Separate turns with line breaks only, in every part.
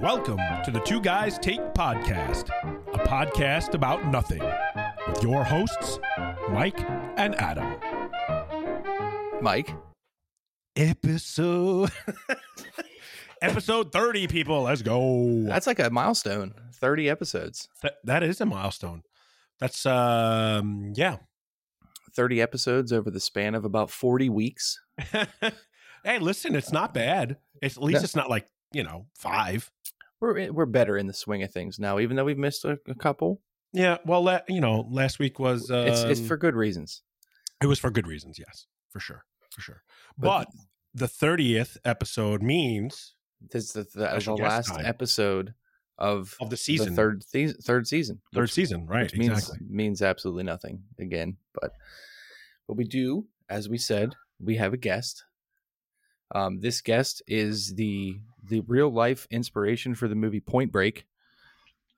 Welcome to the Two Guys Take Podcast, a podcast about nothing, with your hosts, Mike and Adam.
Mike.
Episode. Episode 30, people. Let's go.
That's like a milestone. 30 episodes.
That, that is a milestone. That's, um, yeah.
30 episodes over the span of about 40 weeks.
hey, listen, it's not bad. It's, at least
No.
it's not like, you know, five.
We're eh, we're better in the swing of things now, even though we've missed a, a couple.
Yeah. Well, la- you know, last week was. Um,
it's it's for good reasons.
It was for good reasons, yes, for sure, for sure. But,
But-
the thirtieth episode means
This is the, the, the
Special guest
last
time.
episode of
of the
the
season,
third thea- third season.
third
which-
season, right?
which means
exactly.
means absolutely nothing again. But but we do, as we said, we have a guest. Um, this guest is the the real life inspiration for the movie Point Break.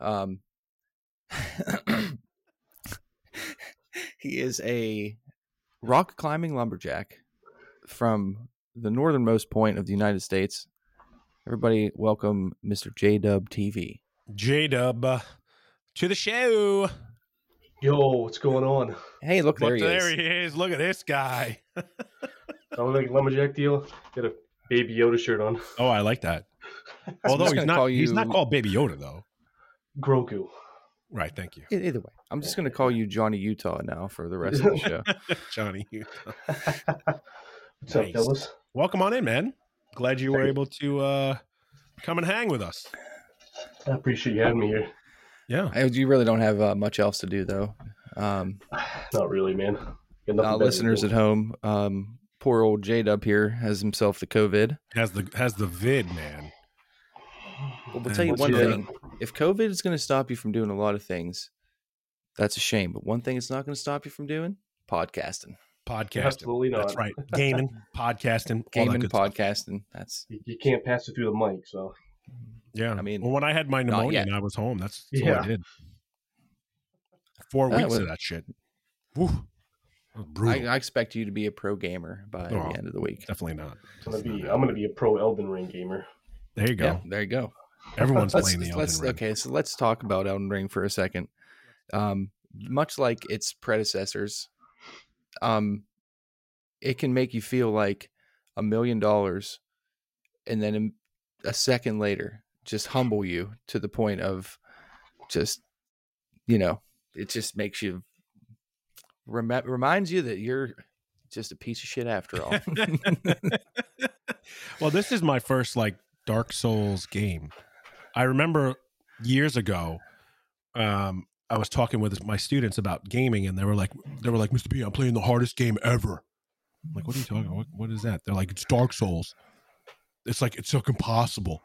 Um, he is a rock climbing lumberjack from the northernmost point of the United States. Everybody, welcome Mr. J Dub TV.
J Dub uh, to the show.
Yo, what's going on?
Hey, look there
Look,
he
there
is.
he is. Look at this guy.
I want to make a lumberjack deal. Get a baby Yoda shirt on.
Oh, I like that. Although he's
just gonna
not,
call
he's not
you-
called Baby Yoda though.
Grogu.
Right? Thank you,
E- Either way, I'm just going to call you Johnny Utah now for the rest of the show.
Johnny.
What's up,
Nice.
fellas?
Welcome on in, man. Glad you were able to uh, come and hang with us.
I appreciate you having me here.
Yeah.
I, you really don't have uh, much else to do, though. Um,
Not really, man. Got nothing
uh,
better to
listeners
do.
at home, um, poor old J Dub here has himself the COVID.
Has the has the vid, man.
But we'll tell you
What's
one
your-
thing: if COVID is going to stop you from doing a lot of things, that's a shame. But one thing it's not going to stop you from doing podcasting,
Podcasting.
Absolutely not.
That's right. Gaming, podcasting, all that
gaming,
good
podcasting. That's
You, you can't pass it through the mic, so
Yeah.
I mean,
well, when I had my pneumonia
yet.
and I was home, that's, that's all
Yeah.
I did. Four
That
weeks
was-
of that shit. Woo. That was
I,
brutal.
I expect you to be a pro gamer by
Oh.
the end of the week.
Definitely not.
I'm gonna be I'm gonna be a pro Elden Ring gamer.
There you go.
Yeah, there you go.
Everyone's
let's,
playing the Elden
let's-
Ring.
Okay, so let's talk about Elden Ring for a second. Um, much like its predecessors, um, it can make you feel like a million dollars, and then in- a second later, just humble you to the point of just, you know, it just makes you rem- reminds you that you're just a piece of shit after all.
Well, this is my first like Dark Souls game. I remember years ago, um, I was talking with my students about gaming, and they were like, "They were like, Mr. P, I'm playing the hardest game ever." I'm like, "What are you talking? What, what is that?" They're like, "It's Dark Souls. It's like it's so impossible."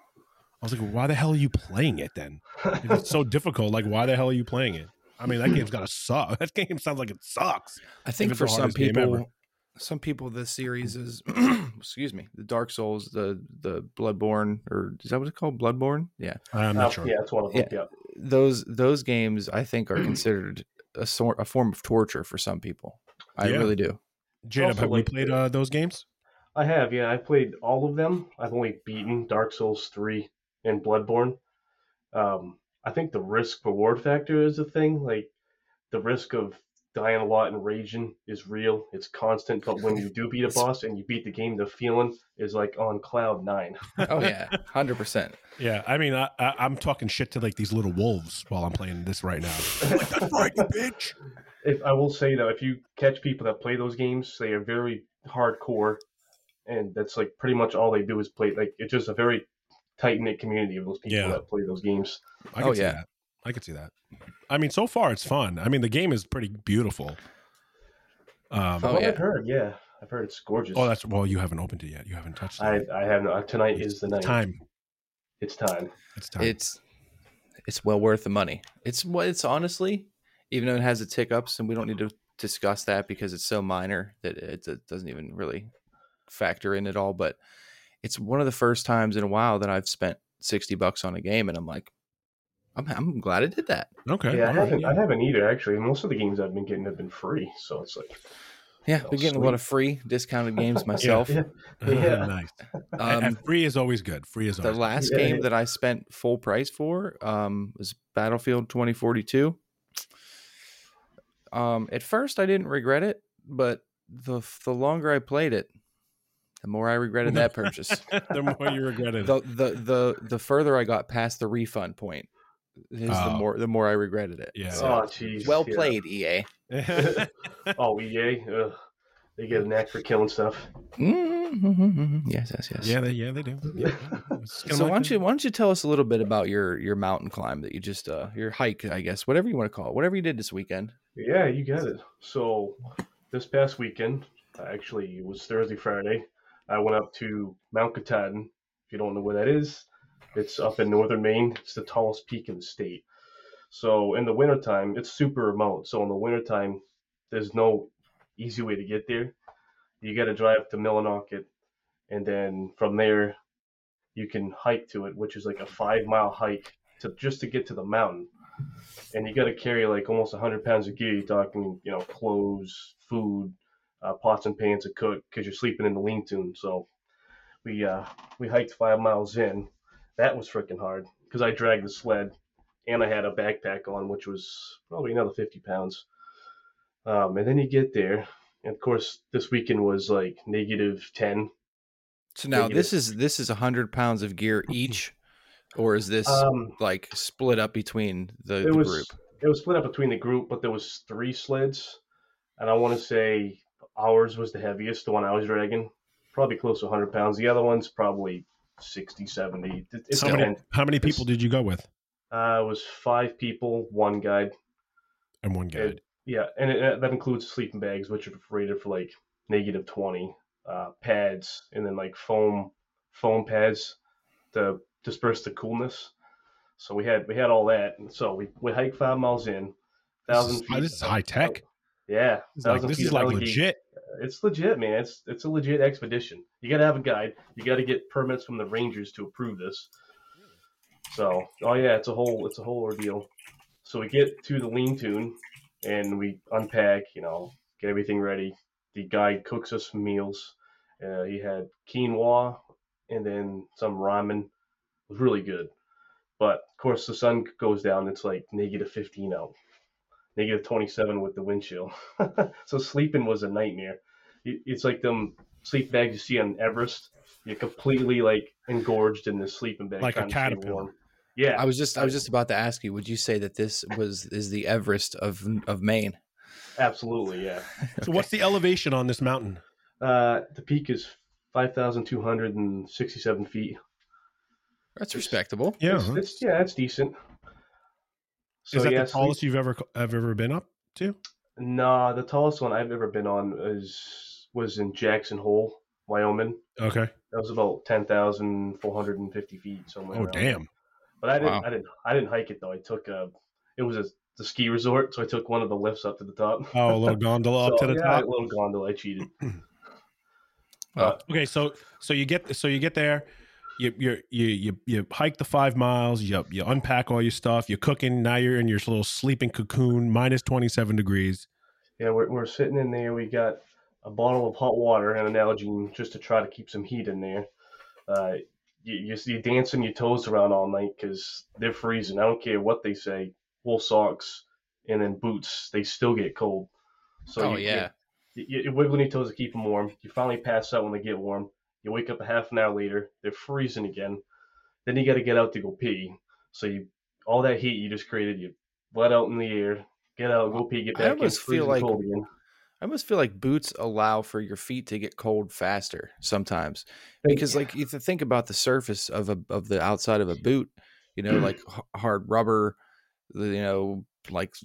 I was like, "Why the hell are you playing it then? If it's so difficult, like, why the hell are you playing it?" I mean, that game's gotta suck. That game sounds like it sucks.
I think
it's
for
the
some
hardest game ever.
people, some people, the series is, excuse me, the Dark Souls, the the Bloodborne, or is that what it's called? Bloodborne. Yeah,
I'm
Uh,
not sure.
Yeah, that's one of them. Yeah.
those those games I think are considered a sort a form of torture for some people. I
Yeah.
really do.
Jada,
Also,
have we
like,
played uh, those games?
I have, yeah. I played all of them. I've only beaten Dark Souls three and Bloodborne. Um, I think the risk reward factor is a thing. Like the risk of dying a lot and raging is real. It's constant, but when you do beat a boss and you beat the game, the feeling is like on cloud nine.
Oh yeah, hundred percent.
Yeah, I mean, I, I, I'm talking shit to like these little wolves while I'm playing this right now. like that's right, you bitch.
If I will say though, if you catch people that play those games, they are very hardcore, and that's like pretty much all they do is play. Like it's just a very tight knit community of those people
Yeah.
that play those games.
I
Oh,
could see
yeah.
that. I could see that. I mean, so far it's fun. I mean, the game is pretty beautiful. Um,
Oh,
Well,
yeah.
I've heard, yeah, I've heard it's gorgeous.
oh, that's well, you haven't opened it yet. You haven't touched it.
I,
yet.
I have not. Tonight is the night.
Time.
It's time.
It's time.
It's it's well worth the money. It's what it's honestly, even though it has its hiccups, and we don't need to discuss that because it's so minor that it, it doesn't even really factor in at all. But it's one of the first times in a while that I've spent sixty bucks on a game, and I'm like, I'm I'm glad I did that.
okay.
yeah, I
all right,
haven't.
yeah.
I haven't either. Actually, most of the games I've been getting have been free, so it's like
Yeah,
Oh,
been getting a lot of free discounted games myself.
Yeah. Yeah.
nice. And-
Um,
and free is always good. Free is
the
always.
last
Yeah.
game that I spent full price for um, was Battlefield 2042. Um, at first, I didn't regret it, but the the longer I played it, the more I regretted that purchase.
the more you regret it.
the, the the the further I got past the refund point, is the
Oh.
more the more I regretted it.
Yeah.
Oh, jeez.
well
yeah.
played, E EA.
Oh, EA. Ugh. They get a knack for killing stuff.
Mm-hmm. Yes, yes, yes.
yeah, they, yeah, they do. Yeah. It's kinda
So
like
why don't
that.
you why don't you tell us a little bit about your your mountain climb that you just uh your hike I guess whatever you want to call it whatever you did this weekend
Yeah, you got it. So this past weekend, actually it was Thursday, Friday, I went up to Mount Katahdin. If you don't know where that is, it's up in northern Maine. It's the tallest peak in the state. So in the wintertime, it's super remote. So in the wintertime, there's no easy way to get there. You got to drive to Millinocket, and then from there, you can hike to it, which is like a five mile hike to just to get to the mountain and you got to carry like almost 100 pounds of gear. You're talking, you know, clothes, food, uh, pots and pans to cook because you're sleeping in the lean-to. So we uh, we hiked five miles in. That was freaking hard because I dragged the sled and I had a backpack on, which was probably another 50 pounds. Um, and then you get there, and of course this weekend was like negative 10.
so now
you
this is this is hundred pounds of gear each or is this
Um,
like split up between the, the
it was
group
it was split up between the group, but there was three sleds, and I want to say ours was the heaviest, the one I was dragging, probably close to 100 pounds. The other one's probably 60, 70. It- It's
How many,
depend-
how many people did you go with?
Uh, it was five people, one guide.
And one guy.
Yeah, and it, uh, that includes sleeping bags, which are rated for like negative 20, uh, pads, and then like foam foam pads to disperse the coolness. So we had we had all that, and so we we hiked five miles in,
This
thousand
is,
feet.
this is high tech.
Yeah,
This is like,
1,000
this
feet
is
of
like
alligator.
legit.
It's legit, man. It's it's a legit expedition. You gotta have a guide. You gotta get permits from the rangers to approve this. So, oh yeah, it's a whole it's a whole ordeal. So we get to the lean tune and we unpack. You know, get everything ready. The guide cooks us meals. Uh, he had quinoa and then some ramen. It was really good. But of course, the sun goes down. It's like negative 15 out, negative 27 with the wind chill. so sleeping was a nightmare. It- It's like them sleep bags you see on Everest. You're completely like engorged in this sleeping bag,
Like a
trying to stay
caterpillar.
warm. Yeah,
I was just I was just about to ask you would you say that this was is the Everest of of Maine
absolutely. Yeah.
So what's the elevation on this mountain?
Uh, the peak is 5,267 feet.
that's respectable
Yeah.
It's, it's- yeah, it's decent. So,
is that
yeah,
the
sleep-
tallest you've ever have ever been up to?
Nah, the tallest one I've ever been on is was in Jackson Hole, Wyoming.
Okay.
That was about ten thousand four hundred and fifty feet somewhere.
Oh
around.
damn.
But I didn't,
Wow.
I didn't, I didn't hike it though. I took a, it was a the ski resort, so I took one of the lifts up to the top.
Oh, a little gondola up
So,
to the
yeah,
top. Uh,
A little gondola. I cheated. uh,
Okay, so so you get so you get there, you you you you, you hike the five miles, you you unpack all your stuff, you're cooking. Now you're in your little sleeping cocoon, minus twenty seven degrees.
Yeah, we're, we're sitting in there. We got a bottle of hot water and an Nalgene just to try to keep some heat in there. Uh, you, you see, you're dancing your toes around all night because they're freezing. I don't care what they say. Wool socks and then boots, they still get cold. So
oh
you-
yeah
you, you, you're wiggling your toes to keep them warm. You finally pass out when they get warm. You wake up a half an hour later. They're freezing again. Then you got to get out to go pee. So you all that heat you just created, you let out in the air. Get out, go pee,
I
get back in.
almost feel
freezing
like-
cold again.
I almost feel like boots allow for your feet to get cold faster sometimes because, like, if you think about the surface of a of the outside of a boot, you know, like h- hard rubber, the- you know, like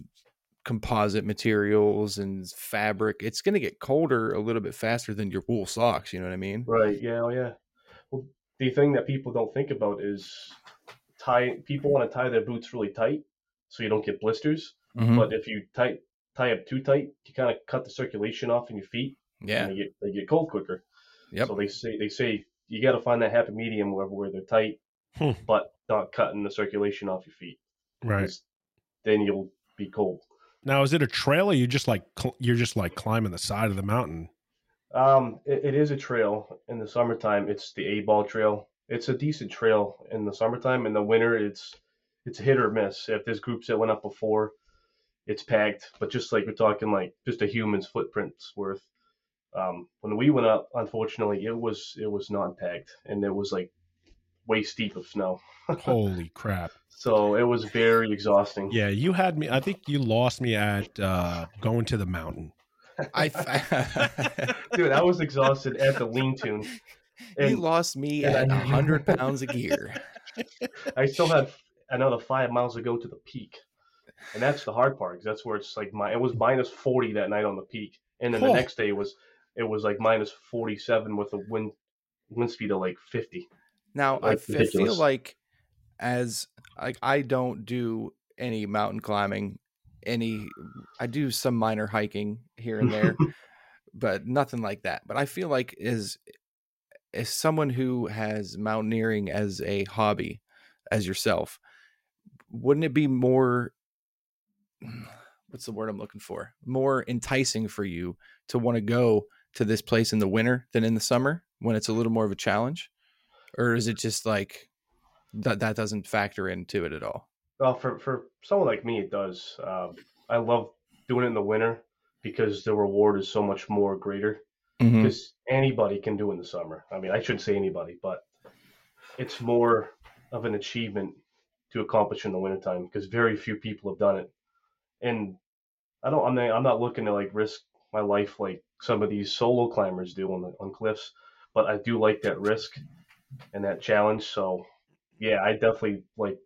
composite materials and fabric, it's going to get colder a little bit faster than your wool socks. You know what I mean?
Right. Yeah. Oh, yeah. Well, the thing that people don't think about is tie. People want to tie their boots really tight so you don't get blisters.
Mhm.
But if you tie tie up too tight, you kind of cut the circulation off in your feet,
Yeah.
and they get they get cold quicker.
Yep.
So they say they say you got to find that happy medium where where they're tight,
Hmm.
but not cutting the circulation off your feet.
Right.
'cause Then you'll be cold.
Now, is it a trail or you just like cl- you're just like climbing the side of the mountain?
Um, it, it is a trail in the summertime. It's the A ball trail. It's a decent trail in the summertime. In the winter, it's it's hit or miss. If there's groups that went up before, it's packed. But just like we're talking, like just a human's footprint's worth. Um, when we went up, unfortunately, it was it was not packed, and it was like waist deep of snow.
Holy crap!
So it was very exhausting.
Yeah, you had me. I think you lost me at uh, going to the mountain.
I, I
Dude, I was exhausted at the lean tune.
you
And
lost me
and
at
I-
hundred pounds a gear.
I still have another five miles to go to the peak, and that's the hard part 'cause that's where it's like my it was minus forty that night on the peak, and then
Oh.
the next day was it was like minus forty seven with a wind wind speed of like fifty.
Now I,
Like,
f- I feel
ridiculous.
like as like I don't do any mountain climbing, any I do some minor hiking here and there, but nothing like that. But I feel like as as someone who has mountaineering as a hobby, as yourself, wouldn't it be more what's the word I'm looking for? More enticing for you to want to go to this place in the winter than in the summer when it's a little more of a challenge? Or is it just like that that doesn't factor into it at all?
Well, for for someone like me, it does. Um, I love doing it in the winter because the reward is so much more greater.
Hmm.
because anybody can do in the summer. I mean, I shouldn't say anybody, but it's more of an achievement to accomplish in the wintertime because very few people have done it. And I don't, I mean, I'm not looking to like risk my life like some of these solo climbers do on the on cliffs, but I do like that risk and that challenge. So yeah, I definitely like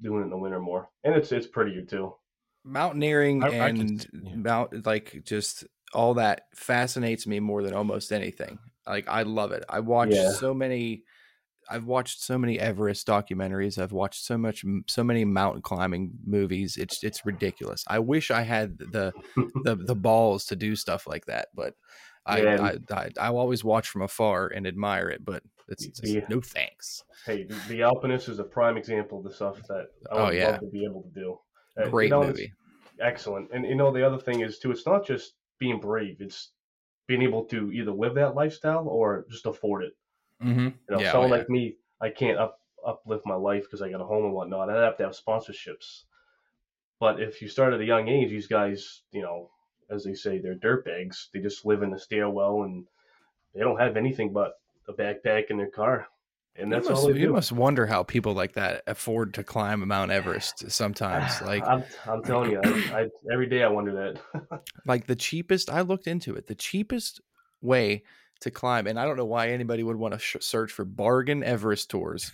doing it in the winter more, and it's it's prettier too.
Mountaineering
I- I could-
and
yeah.
mount like just all that fascinates me more than almost anything. Like I love it. I watch
Yeah.
so many I've watched so many Everest documentaries. I've watched so much so many mountain climbing movies. It's it's ridiculous. I wish I had the the the balls to do stuff like that. But I
Mm-hmm. Yeah.
I, I I always watch from afar and admire it. But it's just
Yeah.
no thanks.
hey, the, the Alpinist is a prime example of the stuff that I
Oh,
would
yeah.
love to be able to do. Uh, you
Great
know, it's-
movie.
excellent. And you know, the other thing is too, it's not just being brave; it's being able to either live that lifestyle or just afford it.
Mm-hmm.
You know,
Yeah, oh,
someone
yeah.
like me, I can't up uplift my life because I got a home and whatnot. I have to have sponsorships. But if you start at a young age, these guys, you know, as they say, they're dirtbags. They just live in a stairwell and they don't have anything but a backpack in their car, and that's
you must,
all they
you
do.
must wonder how people like that afford to climb Mount Everest sometimes. Like
I'm, I'm telling you, I, I, every day I wonder that.
like the cheapest i looked into it the cheapest way to climb and i don't know why anybody would want to sh- search for bargain everest tours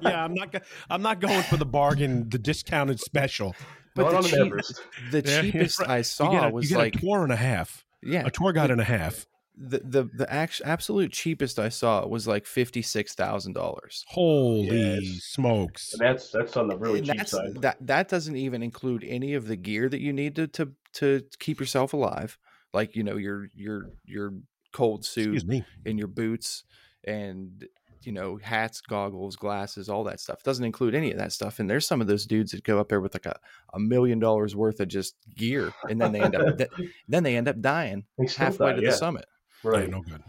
yeah, I'm not. Go- I'm not going for the bargain, the discounted special.
but
Not
the,
on an
cheap,
Everest.
the
Yeah, yeah,
cheapest
right.
i
You get
saw
a,
was
you get
like
a tour and a half,
yeah
a tour guide and a half.
the the, the act- absolute cheapest i saw was like $56000
Holy
Yes.
smokes!
And that's that's on the really
And
cheap
that's
side.
that that doesn't even include any of the gear that you need to to to keep yourself alive like you know your your your cold suit
Excuse me.
in your boots and you know hats goggles glasses all that stuff doesn't include any of that stuff and there's some of those dudes that go up there with like a, a million dollars worth of just gear and then they end up th- then they end up dying
They still
halfway
die,
to
yeah,
the summit
Yeah,
Right.
no good.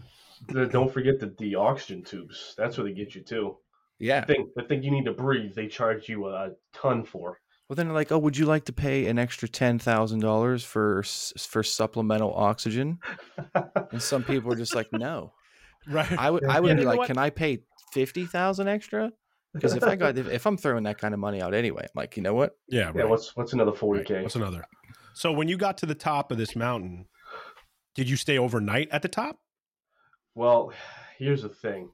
The- Don't forget the, the oxygen tubes. That's where they get you too.
yeah
The thing, the thing you need to breathe, they charge you a ton for.
well then they're like oh would you like to pay an extra $10000 for s- for supplemental oxygen and some people are just like no
Right.
i would i would
Yeah.
be
You know
like
what?
can i pay 50000 extra because if i got if, if i'm throwing that kind of money out anyway i'm like you know what
yeah. Right.
yeah, what's what's another forty
Right.
k?
What's another? So when you got to the top of this mountain, did you stay overnight at the top?
Well, here's the thing.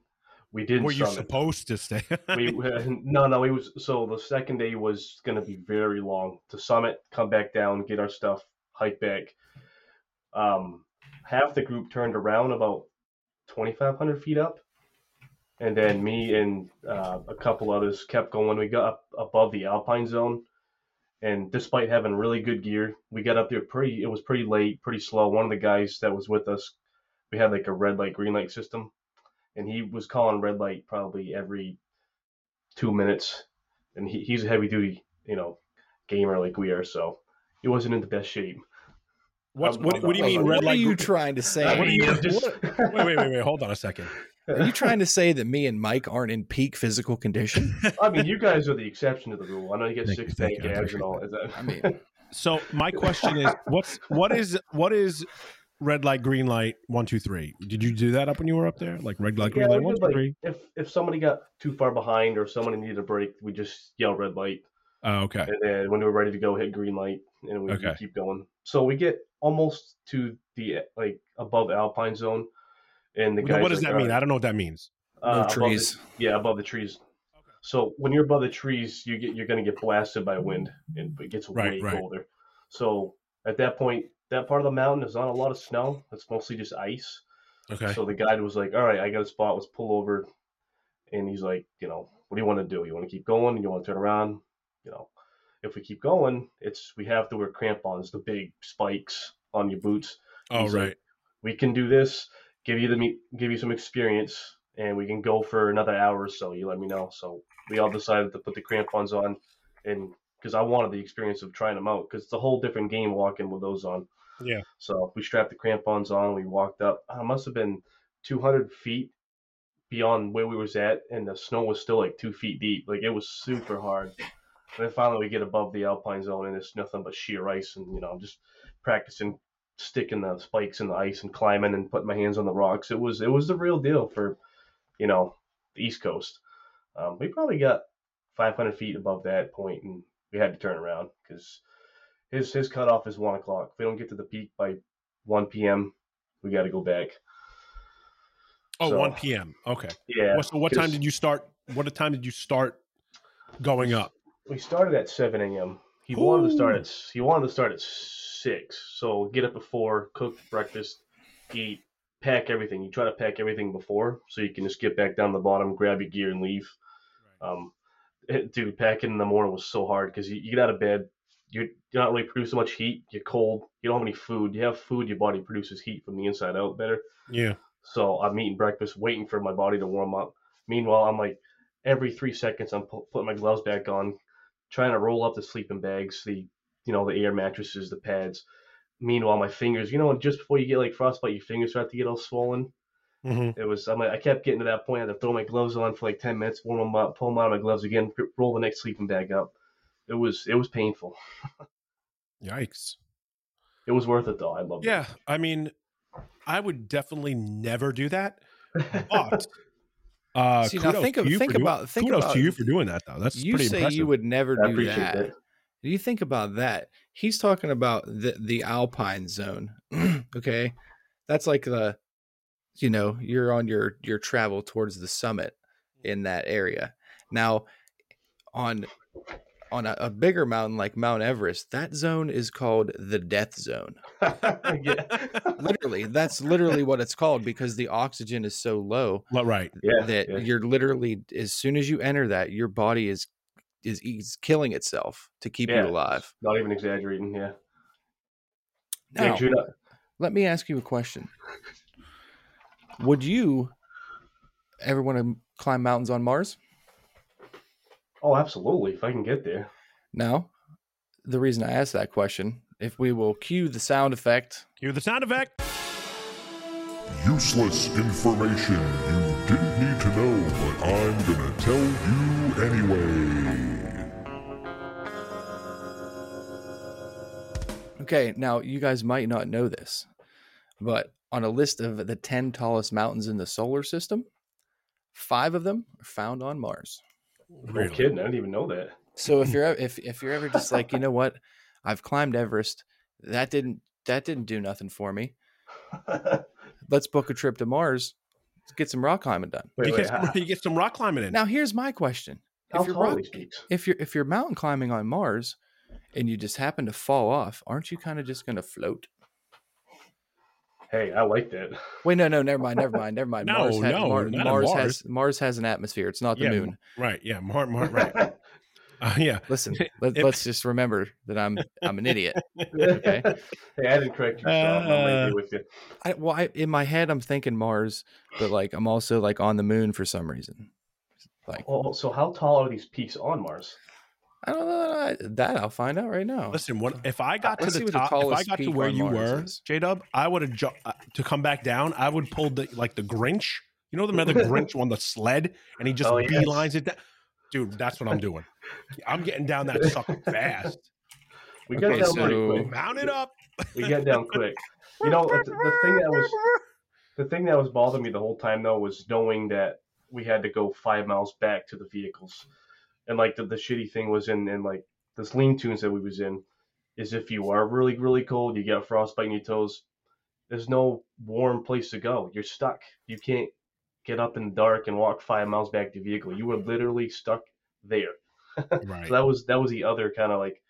We didn't
Were you
summit.
supposed to stay?
we, we- no, no, it was so the second day was going to be very long to summit, come back down, get our stuff, hike back. Um, half the group turned around about 2,500 feet up, and then me and uh, a couple others kept going. We got up above the alpine zone, and despite having really good gear, we got up there pretty. It was pretty late, pretty slow. One of the guys that was with us, we had like a red light, green light system. And he was calling red light probably every two minutes, and he, he's a heavy duty, you know, gamer like we are. So it wasn't in the best shape.
What's,
Um,
what, what do you
hold
mean
on.
red
what
light?
are you
group-
trying to say?
What are you-
I'm just-
wait, wait, wait, wait. Hold on a second.
Are you trying to say that me and Mike aren't in peak physical condition?
I mean, you guys are the exception to the rule. I know you get
Thank you,
six
thank
pack
you, I
abs and all. Is
I
that,
mean,
So my question is, what's what is what is red light, green light, one, two, three? Did you do that up when you were up there? Like red light, green
Yeah,
light,
we
one,
did,
two,
like,
three.
if if somebody got too far behind or somebody needed a break, we just yell red light,
Oh, okay.
and then when we were ready to go, hit green light, and we
Okay.
keep going. So we get almost to the like above alpine zone, and the guys.
What does
like,
that
"All
mean?
right,
I don't know what that means.
uh,
no
above the-
trees.
yeah, above the trees. So when you're above the trees, you get you're going to get blasted by wind, and it gets
Right,
way
right.
colder. So at that point, that part of the mountain is not a lot of snow. It's mostly just ice.
Okay.
So the guide was like, "All right, I got a spot. Let's pull over." And he's like, "You know, what do you want to do? You want to keep going? You want to turn around? You know, if we keep going, it's we have to wear crampons, the big spikes on your boots.
oh,
he's like-
right.
We can do this. Give you the meet, give you some experience, and we can go for another hour or so. You let me know." So we all decided to put the crampons on, and because I wanted the experience of trying them out, because it's a whole different game walking with those on.
Yeah.
So we strapped the crampons on. We walked up. I must have been 200 feet beyond where we was at, and the snow was still like two feet deep. Like it was super hard. And then finally we get above the alpine zone, and it's nothing but sheer ice. And you know, just practicing sticking the spikes in the ice and climbing and putting my hands on the rocks. It was it was the real deal for you know the East Coast. Um, we probably got 500 feet above that point, and we had to turn around because his his cutoff is one o'clock. If we don't get to the peak by one p.m., we got to go back.
Oh,
so-
1 p.m. Okay.
Yeah.
What- so what time
because-
did you start? What time did you start going up?
We started at seven a.m. He wanted to start
Ooh.
at s- he wanted to start at six. So get up before, cook breakfast, eat, pack everything. You try to pack everything before, so you can just get back down to the bottom, grab your gear, and leave. Um, it- dude, packing in the morning was so hard because you, you get out of bed, you're, you're not really producing much heat. You're cold. You don't have any food. You have food, your body produces heat from the inside out better.
Yeah.
So I'm eating breakfast, waiting for my body to warm up. Meanwhile, I'm like every three seconds, I'm pu- putting my gloves back on, trying to roll up the sleeping bags, the you know the air mattresses, the pads. Meanwhile, my fingers, you know, just before you get like frostbite, your fingers start to get all swollen.
hmm
It was I'm like, I kept getting to that point. I had to throw my gloves on for like ten minutes, warm them up, pull them out of my gloves again, gr- roll the next sleeping bag up. It was it was painful.
Yikes.
It was worth it though. I loved
Yeah. I mean, I would definitely never do that.
it.
But uh,
See, now
kudos
think of-
to you
think
for doing-
about- think
kudos
about-
to you for doing that though. That's
you
pretty
say
impressive.
you would never
I
do
appreciate
that.
that.
Do you think about that? He's talking about the the alpine zone. okay. That's like the you know, you're on your your travel towards the summit
Mm.
in that area. Now on on a, a bigger mountain like Mount Everest, that zone is called the death zone.
yeah.
Literally, that's literally what it's called because the oxygen is so low
Well, right.
Yeah,
that
yeah.
you're literally as soon as you enter that, your body is is, is killing itself to keep
Yeah.
you alive.
Not even exaggerating. Yeah. Yeah,
Now,
'cause you're not-
let me ask you a question. Would you ever want to climb mountains on Mars?
Oh, absolutely. If I can get there.
No. The reason I asked that question, if we will cue the sound effect,
Cue the sound effect.
Useless information you didn't need to know, but I'm gonna tell you anyway.
okay, now you guys might not know this, but on a list of the 10 tallest mountains in the solar system, five of them are found on Mars.
No kidding. I didn't even know that.
So if you're ev- if if you're ever just like, you know what, I've climbed Everest, that didn't that didn't do nothing for me. Let's book a trip to Mars, let's get some rock climbing done.
wait,
you,
wait,
get
how,
some, you get some rock climbing in.
Now here's my question:
how
If you're
tall are
rock,
these peaks?
if you're if you're mountain climbing on Mars, and you just happen to fall off, aren't you kind of just going to float?
Hey, I like that.
Wait, no, no, never mind, never mind, never mind.
No,
Mars, ha-
no,
Mar-
not on
Mars
Mars.
has Mars has an atmosphere. It's not the
yeah,
moon.
Right. Yeah. Mark. Mark. Right. Uh, yeah.
Listen, let,
It-
us just remember that I'm I'm an idiot.
hey, I didn't correct you. Sean. I might be
Uh,
with you.
I, well, I, in my head, I'm thinking Mars, but like I'm also like on the moon for some reason. Like
Oh, so how tall are these peaks on Mars?
I don't know that I'll find out right now.
Listen, what if I got to
Let's see
the
what the
top? if I
tallest
got to
peak
where
on
you
Mars
were,
is.
J Dub, I would have ju- uh, to come back down. I would pull the like the Grinch. You know the man, the Grinch on the sled, and he just
Oh, yes.
beelines it. Down. Dude, that's what I'm doing. I'm getting down that sucker fast.
We got
Okay,
down
so-
pretty quick.
Mount it up.
We got down quick. You know, the, the thing that was the thing that was bothering me the whole time though was knowing that we had to go five miles back to the vehicles and like the, the shitty thing was in in like this lean tunes that we was in is if you are really really cold you got frostbite in your toes there's no warm place to go you're stuck you can't get up in the dark and walk five miles back to your vehicle you were literally stuck there
right.
so that was that was the other kind of like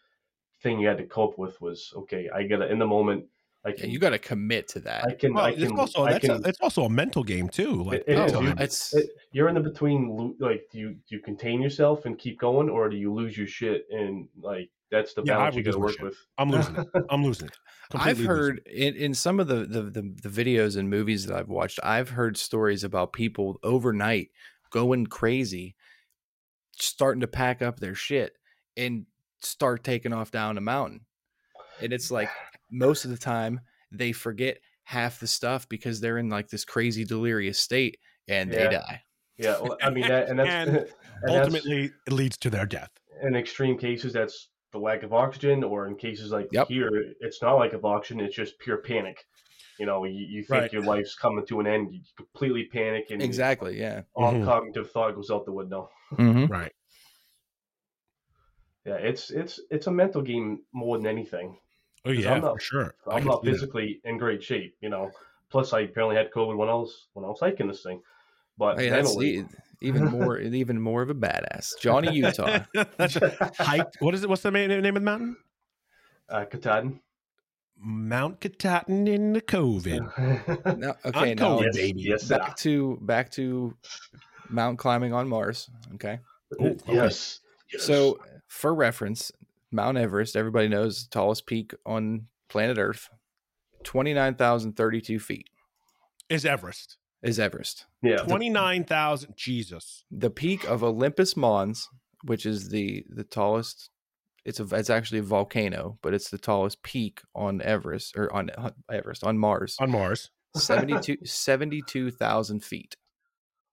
thing you had to cope with was okay i gotta in the moment i
Yeah,
can
you got to commit to
i
that.
can
Well,
i
it's
can
also
I
that's
can,
a, it's also a mental game too. Like
It is,
oh,
you-
time.
it's
it- you're in the between lo- like do you do you contain yourself and keep going or do you lose your shit and like that's the
Yeah, I
balance you
would
got to
lose my
work
shit.
with
I'm losing it. I'm losing it.
I've
Completely losing
heard in, in some of the, the the the videos and movies that I've watched, I've heard stories about people overnight going crazy, starting to pack up their shit and start taking off down a mountain. And it's like most of the time they forget half the stuff because they're in like this crazy delirious state and
Yeah.
they die.
yeah well, i mean that and that's
And
and,
it.
that's-
Ultimately, it leads to their death.
in extreme cases that's the lack of oxygen or in cases like
Yep.
here it's not lack of oxygen it's just pure panic you know you, you think
Right.
your life's coming to an end you completely panic and
Exactly. Yeah.
all
Mhm.
cognitive thought goes out the window
Mm-hmm.
Right.
yeah it's it's it's a mental game more than anything
Oh
'Cause
yeah,
I'm not-
for sure. I
I'm
can
not
see that.
physically in great shape, you know. Plus, I apparently had COVID when I was when I was hiking this thing.
Oh,
But
Hey, that's
mentally,
e- even more even more of a badass. Johnny Utah.
That's a- hiked. What is it? What's the ma- name of the mountain?
uh, Katahdin.
Mount Katahdin in the COVID.
Now, okay,
I'm
now
going.
yes,
baby.
yes, sir.
back to back to mountain climbing on Mars. Okay.
Oh, okay.
yes, yes.
So for reference, Mount Everest, everybody knows the tallest peak on planet Earth, twenty nine thousand thirty two feet
Is Everest
is Everest.
yeah,
twenty nine thousand? Jesus.
The peak of Olympus Mons, which is the the tallest it's a it's actually a volcano, but it's the tallest peak on Everest or on, on Everest on Mars.
on Mars.
72 72,000 feet.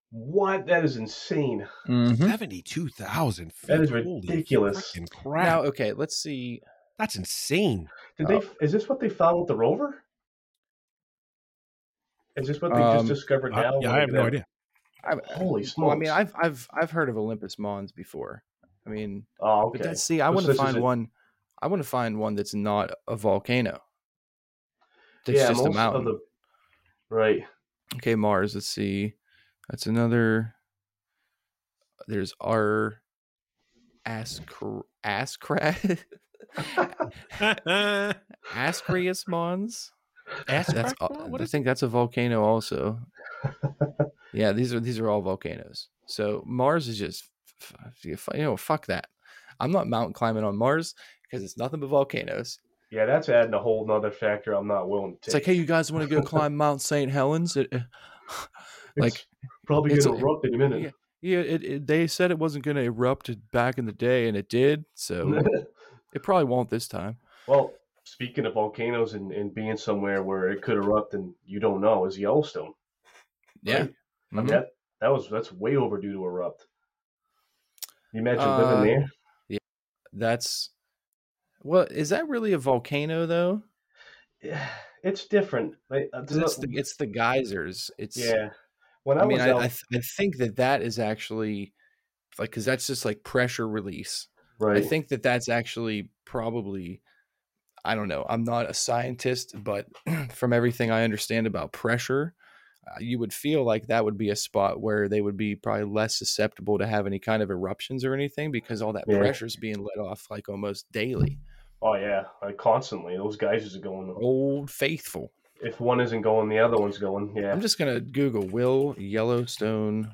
what? That is insane.
Mm-hmm. Seventy-two thousand.
That is ridiculous.
Holy frickin' crap!
Now, okay, let's see.
That's insane.
Did
Oh.
they? Is this what they found with the rover? Is this what they
Um,
just discovered
I,
now?
Uh, yeah, I have no idea.
I,
Holy
well, I mean,
smokes.
I've I've I've heard of Olympus Mons before. I mean,
Oh,
but
okay.
that's see, I
So
want to
this is
find
a-
one. I want to find one that's not a volcano. That's
yeah,
just a
most of
mountain.
the right.
Okay, Mars. Let's see. That's another. There's our Ascra- Ascra- Ascraeus Mons.
Ask
That's
Crackpot?
al-
What
I
is-
think that's a volcano also. yeah, these are these are all volcanoes. So Mars is just f- f- you fu- you know fuck that. I'm not mountain climbing on Mars because it's nothing but volcanoes.
Yeah, that's adding a whole nother factor. I'm not willing to.
It's like
take.
hey, you guys want to go climb Mount St. Helens? It, like
It's probably
it's
gonna
a-
erupt in a minute.
yeah, yeah, it, it, they said it wasn't going to erupt back in the day, and it did. So it probably won't this time.
Well, speaking of volcanoes and, and being somewhere where it could erupt and you don't know is Yellowstone.
Yeah,
Right. I mean,
Mhm.
that that was that's way overdue to erupt. You imagine
Uh,
living there?
that's well. Is that really a volcano though?
Yeah, It's different. Like, uh,
'Cause It's the, it's the geysers. It's
yeah. When I,
I mean,
was
I,
out,
I, th- I think that that is actually like because that's just like pressure release.
right?
I think that that's actually probably I don't know. I'm not a scientist, but from everything I understand about pressure, uh, you would feel like that would be a spot where they would be probably less susceptible to have any kind of eruptions or anything because all that
Yeah.
pressure is being let off like almost daily.
oh yeah, like constantly those guys are going.
Old faithful.
If one isn't going, the other one's going. Yeah.
I'm just gonna Google Will Yellowstone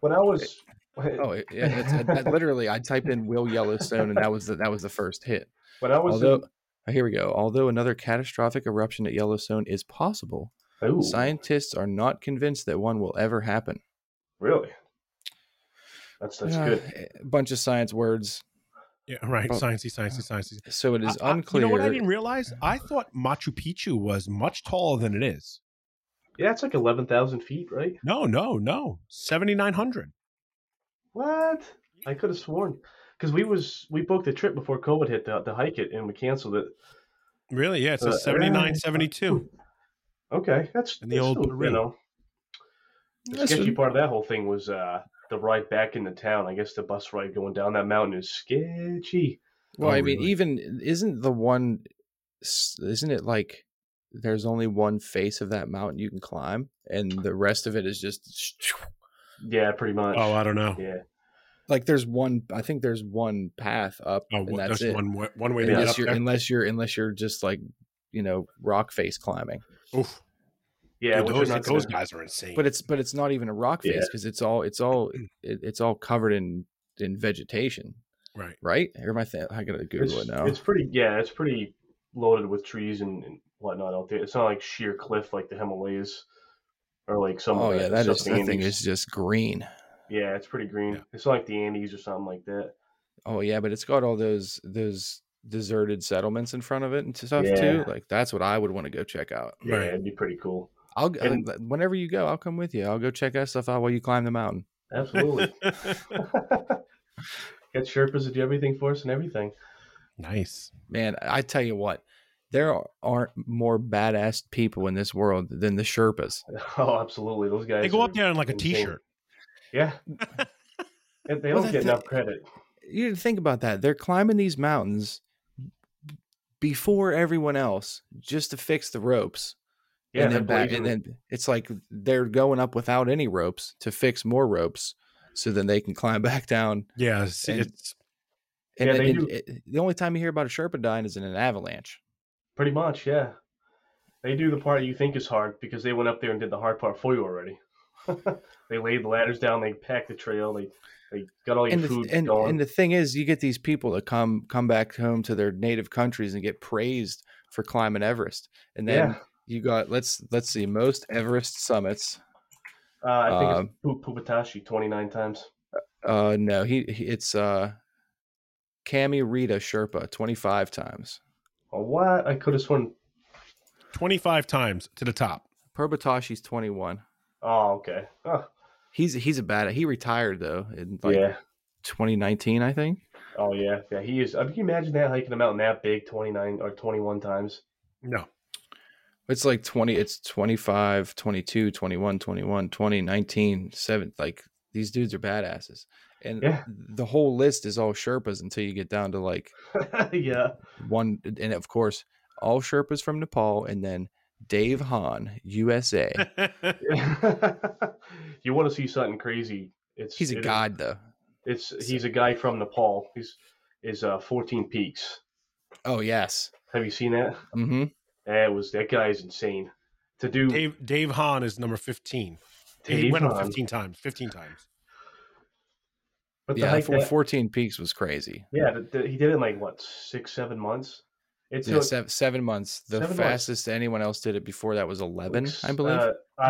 When I was,
Oh it- yeah, that's, that- that literally, I typed in Will Yellowstone, and that was the, that was the first hit.
when I was,
Although oh, here we go. Although another catastrophic eruption at Yellowstone is possible,
in, ooh,
scientists are not convinced that one will ever happen.
really. That's that's
Ah,
good.
A bunch of science words.
Yeah, right.
Oh.
Sciencey, sciencey, sciencey.
So it is
I- I-
unclear.
You know what I didn't realize? I thought Machu Picchu was much taller than it is.
Yeah, it's like eleven thousand feet, right?
No, no, no. 7,900.
What? I could have sworn because we was we booked a trip before COVID hit to, to hike it, and we canceled it.
Really? Yeah, it
Uh,
says 7972.
Okay, that's
And the
that's
old
still,
Peru.
you know the
That's
sketchy
a-
part of that whole thing was uh the ride back into town. I guess the bus ride going down that mountain is sketchy.
Well,
Oh,
I mean,
really?
even isn't the one, s- isn't it like there's only one face of that mountain you can climb, and the rest of it is just
Yeah, pretty much.
Oh, I don't know.
yeah.
like there's one. I think there's one path up,
Oh,
and
wha-
that's
that's
it.
one, wa- one way to get up
unless you're
there.
unless you're unless you're just like you know rock face climbing.
Oof.
Yeah,
Dude,
which
those,
we're not
those
gonna-
guys are insane.
But it's but it's not even a rock
Yeah.
face because it's all it's all it, it's all covered in in vegetation,
right.
right? Or am I? Th- I gotta Google it
it's,
now.
It's pretty, yeah, it's pretty loaded with trees and, and whatnot out there. It's not like sheer cliff like the Himalayas or like some.
Oh
of the,
yeah, that
some
is
of the
that thing
Andes.
is just green.
Yeah, it's pretty green.
Yeah.
It's not like the Andes or something like that.
Oh yeah, but it's got all those those deserted settlements in front of it and stuff
Yeah.
too. Like that's what I would want to go check out.
Yeah,
Right.
it'd be pretty cool.
I'll go
And-
whenever you go, I'll come with you. I'll go check that stuff out while you climb the mountain.
Absolutely. Get Sherpas to do everything for us and everything.
nice.
Man, I tell you what, there aren't more badass people in this world than the Sherpas.
Oh, absolutely. Those guys
They go
are
up there in like a
insane.
t shirt.
Yeah. And they
Well, that-
don't get
that-
enough credit.
You didn't think about that. They're climbing these mountains before everyone else just to fix the ropes.
Yeah,
and then
they're
back,
blazing-
and then it's like they're going up without any ropes to fix more ropes, so then they can climb back down.
Yeah. It's,
And-
it's-
And,
Yeah, they
and-
do.
it- the only time you hear about a Sherpa dying is in an avalanche.
pretty much, yeah. They do the part you think is hard because they went up there and did the hard part for you already. they laid the ladders down, they packed the trail, they they got all your
And the,
food
and,
gone.
and the thing is, you get these people that come come back home to their native countries and get praised for climbing Everest, and then
yeah.
you got let's let's see most Everest summits.
Uh, I think
um,
it's Pu- Pupatashi 29 times.
Uh, no, he, he it's uh, Kami Rita Sherpa twenty five times.
Oh, what? I could have sworn.
25 times to the top.
Probatashi's twenty one.
Oh, okay. Huh.
He's he's a bad. He retired though in like
yeah.
2019, I think.
Oh, yeah. Yeah, he is. I mean, can you imagine that hiking a mountain that big 29 or 21 times?
No.
It's like 20. It's 25, 22, 21, 21, 20, 19, 7. Like these dudes are badasses, and
Yeah.
the whole list is all Sherpas until you get down to like
yeah.
one. And of course, all Sherpas from Nepal, and then Dave Hahn, USA.
you want to see something crazy? It's
He's a
it-
god though.
It's he's a guy from Nepal. He's is uh, 14 Peaks.
Oh yes.
Have you seen that?
Mm-hmm.
That was that guy is insane. To do
Dave, Dave Hahn is number 15. he
Dave
went up
Hahn.
15 times. 15 times.
but the
Yeah,
hike
four-
that,
14 Peaks was crazy.
yeah, the, the- he did it in like what six seven months. It's
Yeah, seven, seven months. The
Seven months.
fastest anyone else did it before that was 11, I believe.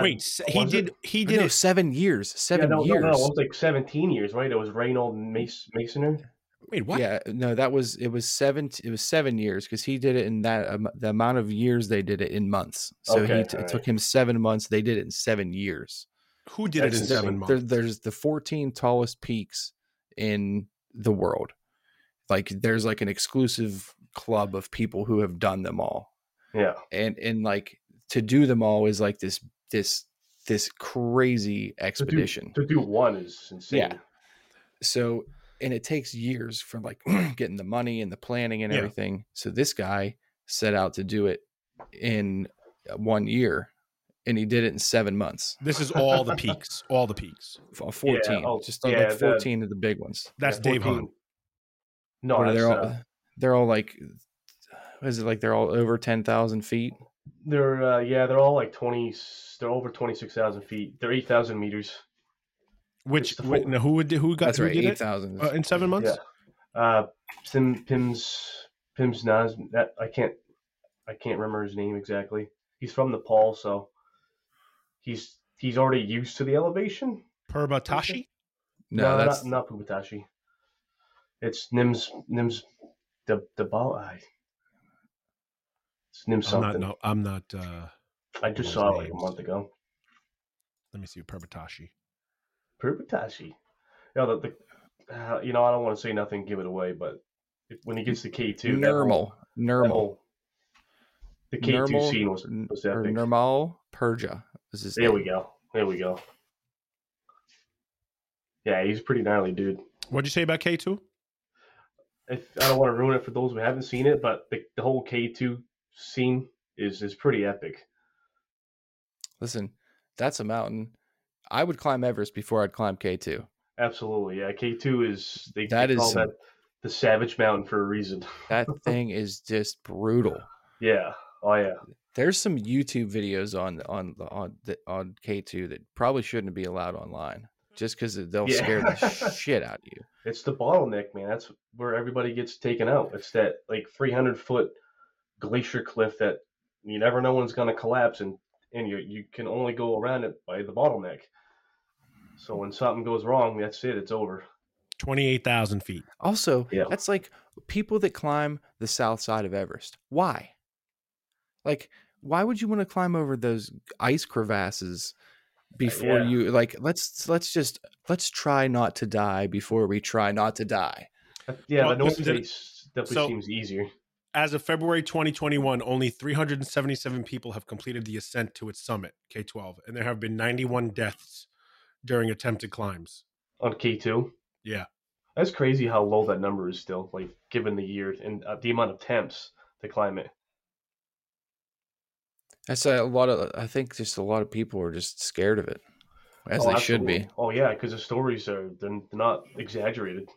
Wait, s- he
Uh, was it-
did, he
Or
did
no,
it.
seven years. Seven
yeah, no,
years.
No, no, it was like 17 years, right? It was Reynold Mas- Masoner.
Wait, what?
Yeah, no, that was it was seven. It was seven years because he did it in that um, the amount of years they did it in months. So
Okay,
he t- it
alright.
took him seven months. They did it in seven years.
Who did
That's
it in seven
insane.
There,
months?
there's the 14 tallest peaks in the world. Like there's like an exclusive club of people who have done them all,
Yeah,
and and like to do them all is like this this this crazy expedition.
to do one is insane.
Yeah. so and it takes years from like getting the money and the planning and
Yeah.
everything so this guy set out to do it in uh, one year and he did it in seven months
This is all the peaks. All the peaks.
F- 14
oh,
just on,
yeah,
like
the-
14 of the big ones
That's
Yeah,
Dave
14.
Hahn.
No,
What are-
that's,
they're all
uh,
they're all like what is it like they're all over 10,000 feet
They're uh, yeah, they're all like twenty. They're over twenty six thousand feet. They're eight thousand meters.
Which
the
wait,
full-
no, who would who got
that's
who
right
did it
8,000
uh, in seven months?
Yeah. Uh, Sim Pims Pims Nas. That I can't. I can't remember his name exactly. He's from Nepal, so he's he's already used to the elevation.
Purbatashi?
no that's
not, not Pubatashi. It's Nims Nims the the ball. I, it's Nim
I'm
something.
not. No, I'm not. Uh,
I just
Those
saw it like a
names.
month ago.
let me see. Perbatashi.
Perpatashi. Yeah, the, the uh, you know I don't want to say nothing, give it away, but if, when he gets the K two,
Nermal. Nermal.
Oh. the K two
Nermal-
scene was
n-
was
or
epic.
Nermal Perja. Is his
There
name.
we go. There we go. Yeah, he's a pretty gnarly dude.
What'd you say about K two?
If, I don't want to ruin it for those who haven't seen it, but the, the whole K two scene is is pretty epic.
Listen, that's a mountain. I would climb Everest before I'd climb K2.
Absolutely, yeah. K two is they,
That
they
is
call
some-
that the Savage Mountain for a reason.
That thing is just brutal.
yeah. Oh yeah.
There's some YouTube videos on on on the- on K2 that probably shouldn't be allowed online just cuz they'll
Yeah.
scare the shit out of you.
It's the bottleneck, man. That's where everybody gets taken out. It's that like 300 foot glacier cliff that you never know when it's going to collapse, and and you you can only go around it by the bottleneck. So when something goes wrong, that's it. It's over.
Twenty eight thousand feet.
Also,
Yeah.
that's like people that climb the south side of Everest. Why? Like, why would you want to climb over those ice crevasses before
Uh, yeah.
you like let's let's just let's try not to die before we try not to die.
But, yeah,
Well,
the North
listen to the-
Face definitely
so-
seems easier.
As of February 2021, only 377 people have completed the ascent to its summit, K12, and there have been 91 deaths during attempted climbs.
on K two.
Yeah.
that's crazy how low that number is still. Like given the year and uh, the amount of temps to climb it.
That's a lot of I think just a lot of people are just scared of it. As
Oh,
they should be.
absolutely. Oh yeah, because the stories are they're they're not exaggerated.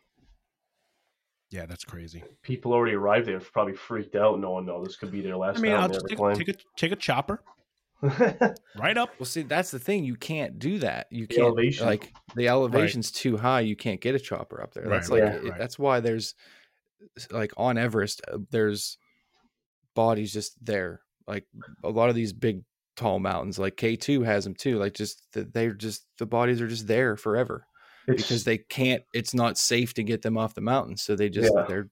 Yeah, that's crazy.
People already arrived there probably freaked out, knowing no, this could be their last
I mean, I'll
mountain
just
they
take,
ever
take a take a chopper
climb.
right up.
Well, see, that's the thing. You can't do that. You
The
can't
elevation.
like the elevation's too high. You can't get a chopper up there.
Right,
That's like
yeah.
it-
right.
that's why there's like on Everest uh, there's bodies just there. Like a lot of these big tall mountains, like K two has them too. Like just th- they're just the bodies are just there forever
it's,
because they can't. It's not safe to get them off the mountain, so they just
Yeah.
they're,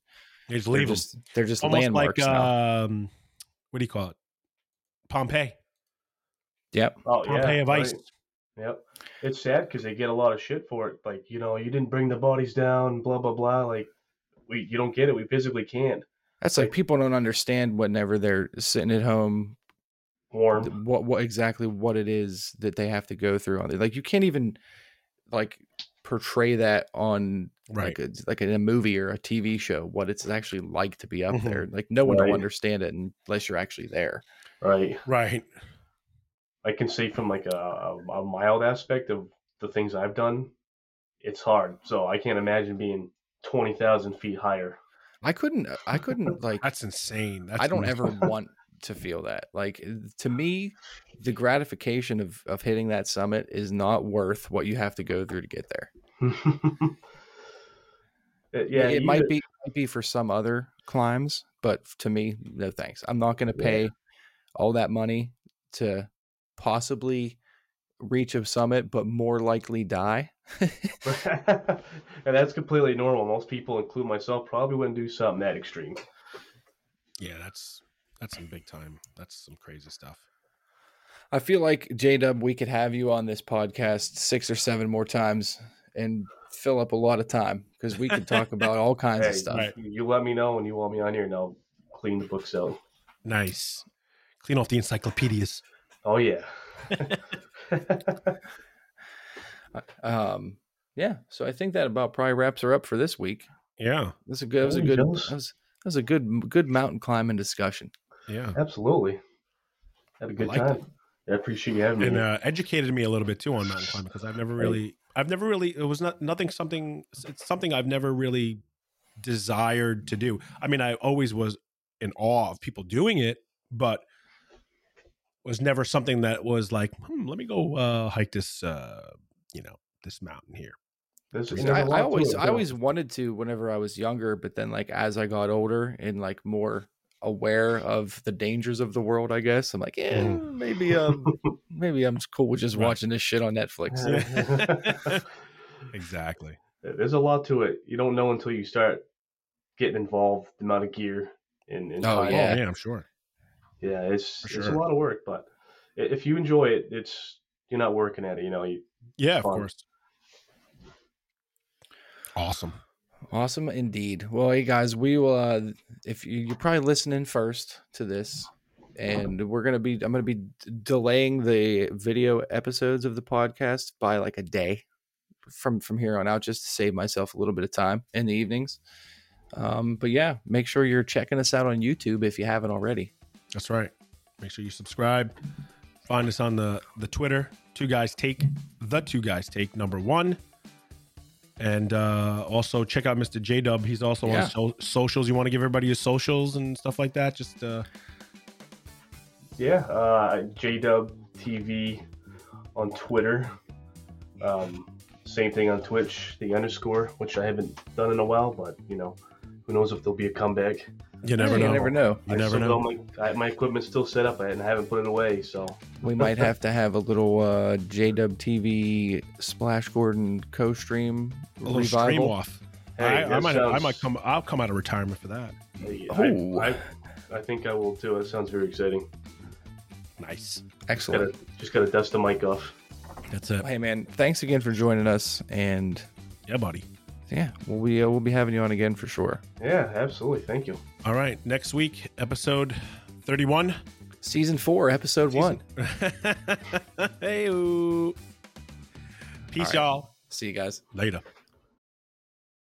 You just
they're
leave 'em.
just they're just
Almost like
landmarks now.
um, what do you call it? Pompeii.
Yep.
oh, yeah,
Pompeii of
right.
ice.
Yep, it's sad because they get a lot of shit for it. Like you know, you didn't bring the bodies down, blah blah blah. Like we, you don't get it. We physically can't
That's like people don't understand whenever they're sitting at home th-
warm.
what what exactly what it is that they have to go through on it. Like you can't even like portray that on
Right.
like a, like in a movie or a TV show what it's actually like to be up
Mhm.
there. Like no one
Right.
will understand it unless you're actually there.
Right.
Right.
I can say from like a, a- a mild aspect of the things I've done, it's hard. So I can't imagine being twenty thousand feet higher.
I couldn't uh, I couldn't like
That's insane. That's
I don't ever want to feel that. Like to me the gratification of of hitting that summit is not worth what you have to go through to get there.
Uh, yeah,
it
you
might
either-
be might be for some other climbs, but f- to me, no thanks. I'm not going to
Yeah.
pay all that money to possibly reach a summit, but more likely die.
and that's completely normal. Most people, include myself, probably wouldn't do something that extreme.
Yeah, that's that's some big time. That's some crazy stuff.
I feel like J Dub, we could have you on this podcast six or seven more times and fill up a lot of time because we could talk about all kinds
Hey,
of stuff.
Right.
you you let me know when you want me on here, and I'll clean the books out.
Nice. Clean off the encyclopedias.
Oh yeah,
Um, yeah, so I think that about probably wraps her up for this week.
Yeah.
That's a good. That was a
Holy
good. That
jealous.
was, that was a good. Good mountain climbing discussion.
Yeah.
absolutely. Had a good
liked
time. I appreciate you having me.
And uh, educated me a little bit too on mountain climbing because I've never really, I've never really, it was not nothing something, it's something I've never really desired to do. I mean, I always was in awe of people doing it, but was never something that was like, hmm, let me go uh, hike this, uh, you know, this mountain here.
There's-
I-
there's
And
a
I,
lot
I
to
always
it,
I
too.
always wanted to whenever I was younger, but then like as I got older and like more aware of the dangers of the world, I guess I'm
Mm.
like, yeah,
Mhm.
maybe um maybe I'm cool with just
Right.
watching this shit on Netflix.
Yeah. Exactly.
There's a lot to it. You don't know until you start getting involved, the amount of gear and, and
Oh,
time.
Oh,
Yeah.
yeah, I'm sure.
Yeah, it's
For
it's a
sure.
lot of work, but i- if you enjoy it, it's you're not working at it. You know, you,
Yeah, of
Fun.
course. Awesome.
Awesome indeed. Well, hey guys, we will. Uh, if you, you're probably listening first to this, and we're gonna be, I'm gonna be d- delaying the video episodes of the podcast by like a day from from here on out, just to save myself a little bit of time in the evenings. Um, but yeah, make sure you're checking us out on YouTube if you haven't already.
That's right. Make sure you subscribe. Find us on the the Twitter. Two guys take the two guys take number one. And uh, also check out Mr. J Dub. He's also
Yeah.
on so- socials. You want to give everybody your socials and stuff like that. Just uh,
yeah. Uh, JW TV on Twitter. Um, same thing on Twitch. The underscore, which I haven't done in a while, but you know, who knows if there'll be a comeback.
you never
Hey,
know.
You never know.
You
I
never
still
know.
Got my, I, my equipment's still set up and I haven't put it away. So
We might have to have a little uh, JW TV Splash Gordon co-stream
A little stream
revival.
off.
hey,
I, I
that
might. I
sounds-
might come. I'll come out of retirement for that.
hey,
Oh.
I, I, I think I will too. That sounds very exciting.
Nice.
Excellent.
Gotta, just gotta dust the mic off.
That's it.
Hey man, thanks again for joining us, and
Yeah, buddy.
yeah, we'll be uh, we'll be having you on again for sure.
Yeah, absolutely. Thank you.
All right. Next week, episode thirty-one.
Season four, episode one.
hey, peace,
right.
y'all.
See you guys.
Later.